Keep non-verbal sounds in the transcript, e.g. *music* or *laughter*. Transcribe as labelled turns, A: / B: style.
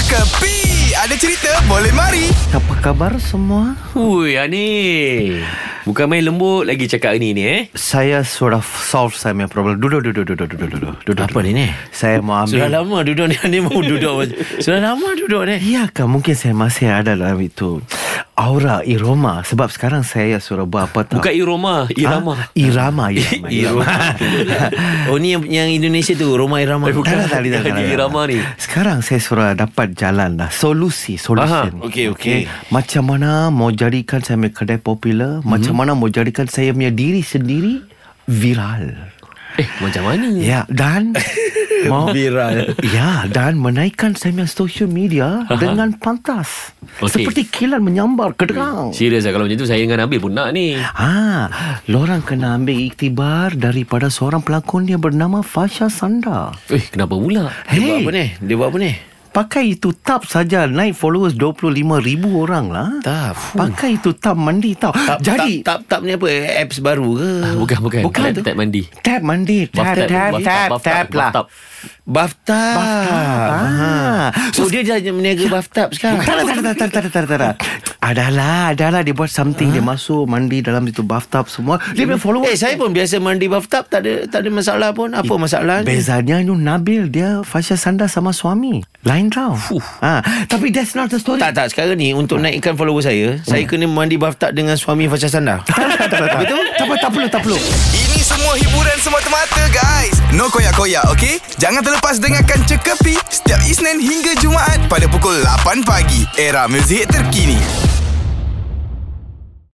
A: Kepi Ada cerita boleh mari
B: Apa khabar semua?
C: Hui, Ani. ah, Bukan main lembut lagi cakap ni ni eh.
B: Saya sudah solve saya punya problem. Duduk, duduk, duduk, duduk, duduk, duduk. duduk.
C: Apa ni ni?
B: Saya mau ambil.
C: Sudah lama duduk ni *laughs* Ani mau duduk. Sudah lama duduk ni.
B: Ya ke mungkin saya masih ada dalam itu aura irama sebab sekarang saya suruh buat apa tahu.
C: Bukan Iroma, Irama.
B: Ha? Irama,
C: *laughs*
B: irama.
C: Iroma. *laughs* oh ni yang, yang Indonesia tu, Roma Irama.
B: Eh, bukan. Tak, tak, tak, tak,
C: Yang
B: tak.
C: di Irama ni.
B: Sekarang saya sudah dapat jalan lah Solusi Solution
C: Aha, okey, okey.
B: Macam mana Mau jadikan saya punya kedai popular hmm.
C: Mhm.
B: Macam mana Mau jadikan saya punya diri sendiri Viral
C: Eh, macam mana?
B: Ya
C: *laughs*
B: dan mau
C: Viral.
B: Ya dan menaikkan saya punya social media
C: Aha.
B: dengan pantas.
C: Okey.
B: Seperti kilan menyambar ke derang.
C: Serius lah kalau macam tu saya dengan Nabil pun nak ni.
B: Ah, lorang kena ambil iktibar daripada seorang pelakon yang bernama Fasha Sanda.
C: Eh, kenapa pula?
B: Hey.
C: ni? Dia buat apa ni?
B: Pakai itu tab saja naik followers 25 ribu orang lah.
C: Tab.
B: Pakai itu tab mandi tau. Jadi
D: tap tap ni apa apps baru ke?
C: Ah, bukan, bukan.
B: Bukan
C: Tap-
B: tu.
C: Tap mandi.
B: tab mandi, tab
C: Bathtub,
B: tab
C: bathtub,
B: tab
C: bathtub,
B: tab lah.
C: bathtub.
D: BAFTA.
B: Ah.
D: So, dia dah meniaga BAFTA sekarang.
B: lah, Tak, tak, tak, tak, tak, tak, tak, tak. Adalah, adalah dia buat something dia masuk mandi dalam situ bathtub semua. Dia punya follower.
D: Eh saya pun biasa mandi bathtub tak ada tak ada masalah pun. Apa
B: Eh,
D: masalah?
B: Bezanya tu Nabil dia Fasha Sanda sama suami. Lain tau. Ha, tapi that's not the story.
D: Tak tak sekarang ni untuk naikkan follower saya, saya kena mandi bathtub dengan suami Fasha Sanda.
B: *laughs* tak, tak, tak, tak. Betul? Tak, apa, tak perlu, tak perlu.
A: Ini semua hiburan semata-mata guys No koyak-koyak ok Jangan terlepas dengarkan Cekapi Setiap Isnin hingga Jumaat Pada pukul 8 pagi Era muzik terkini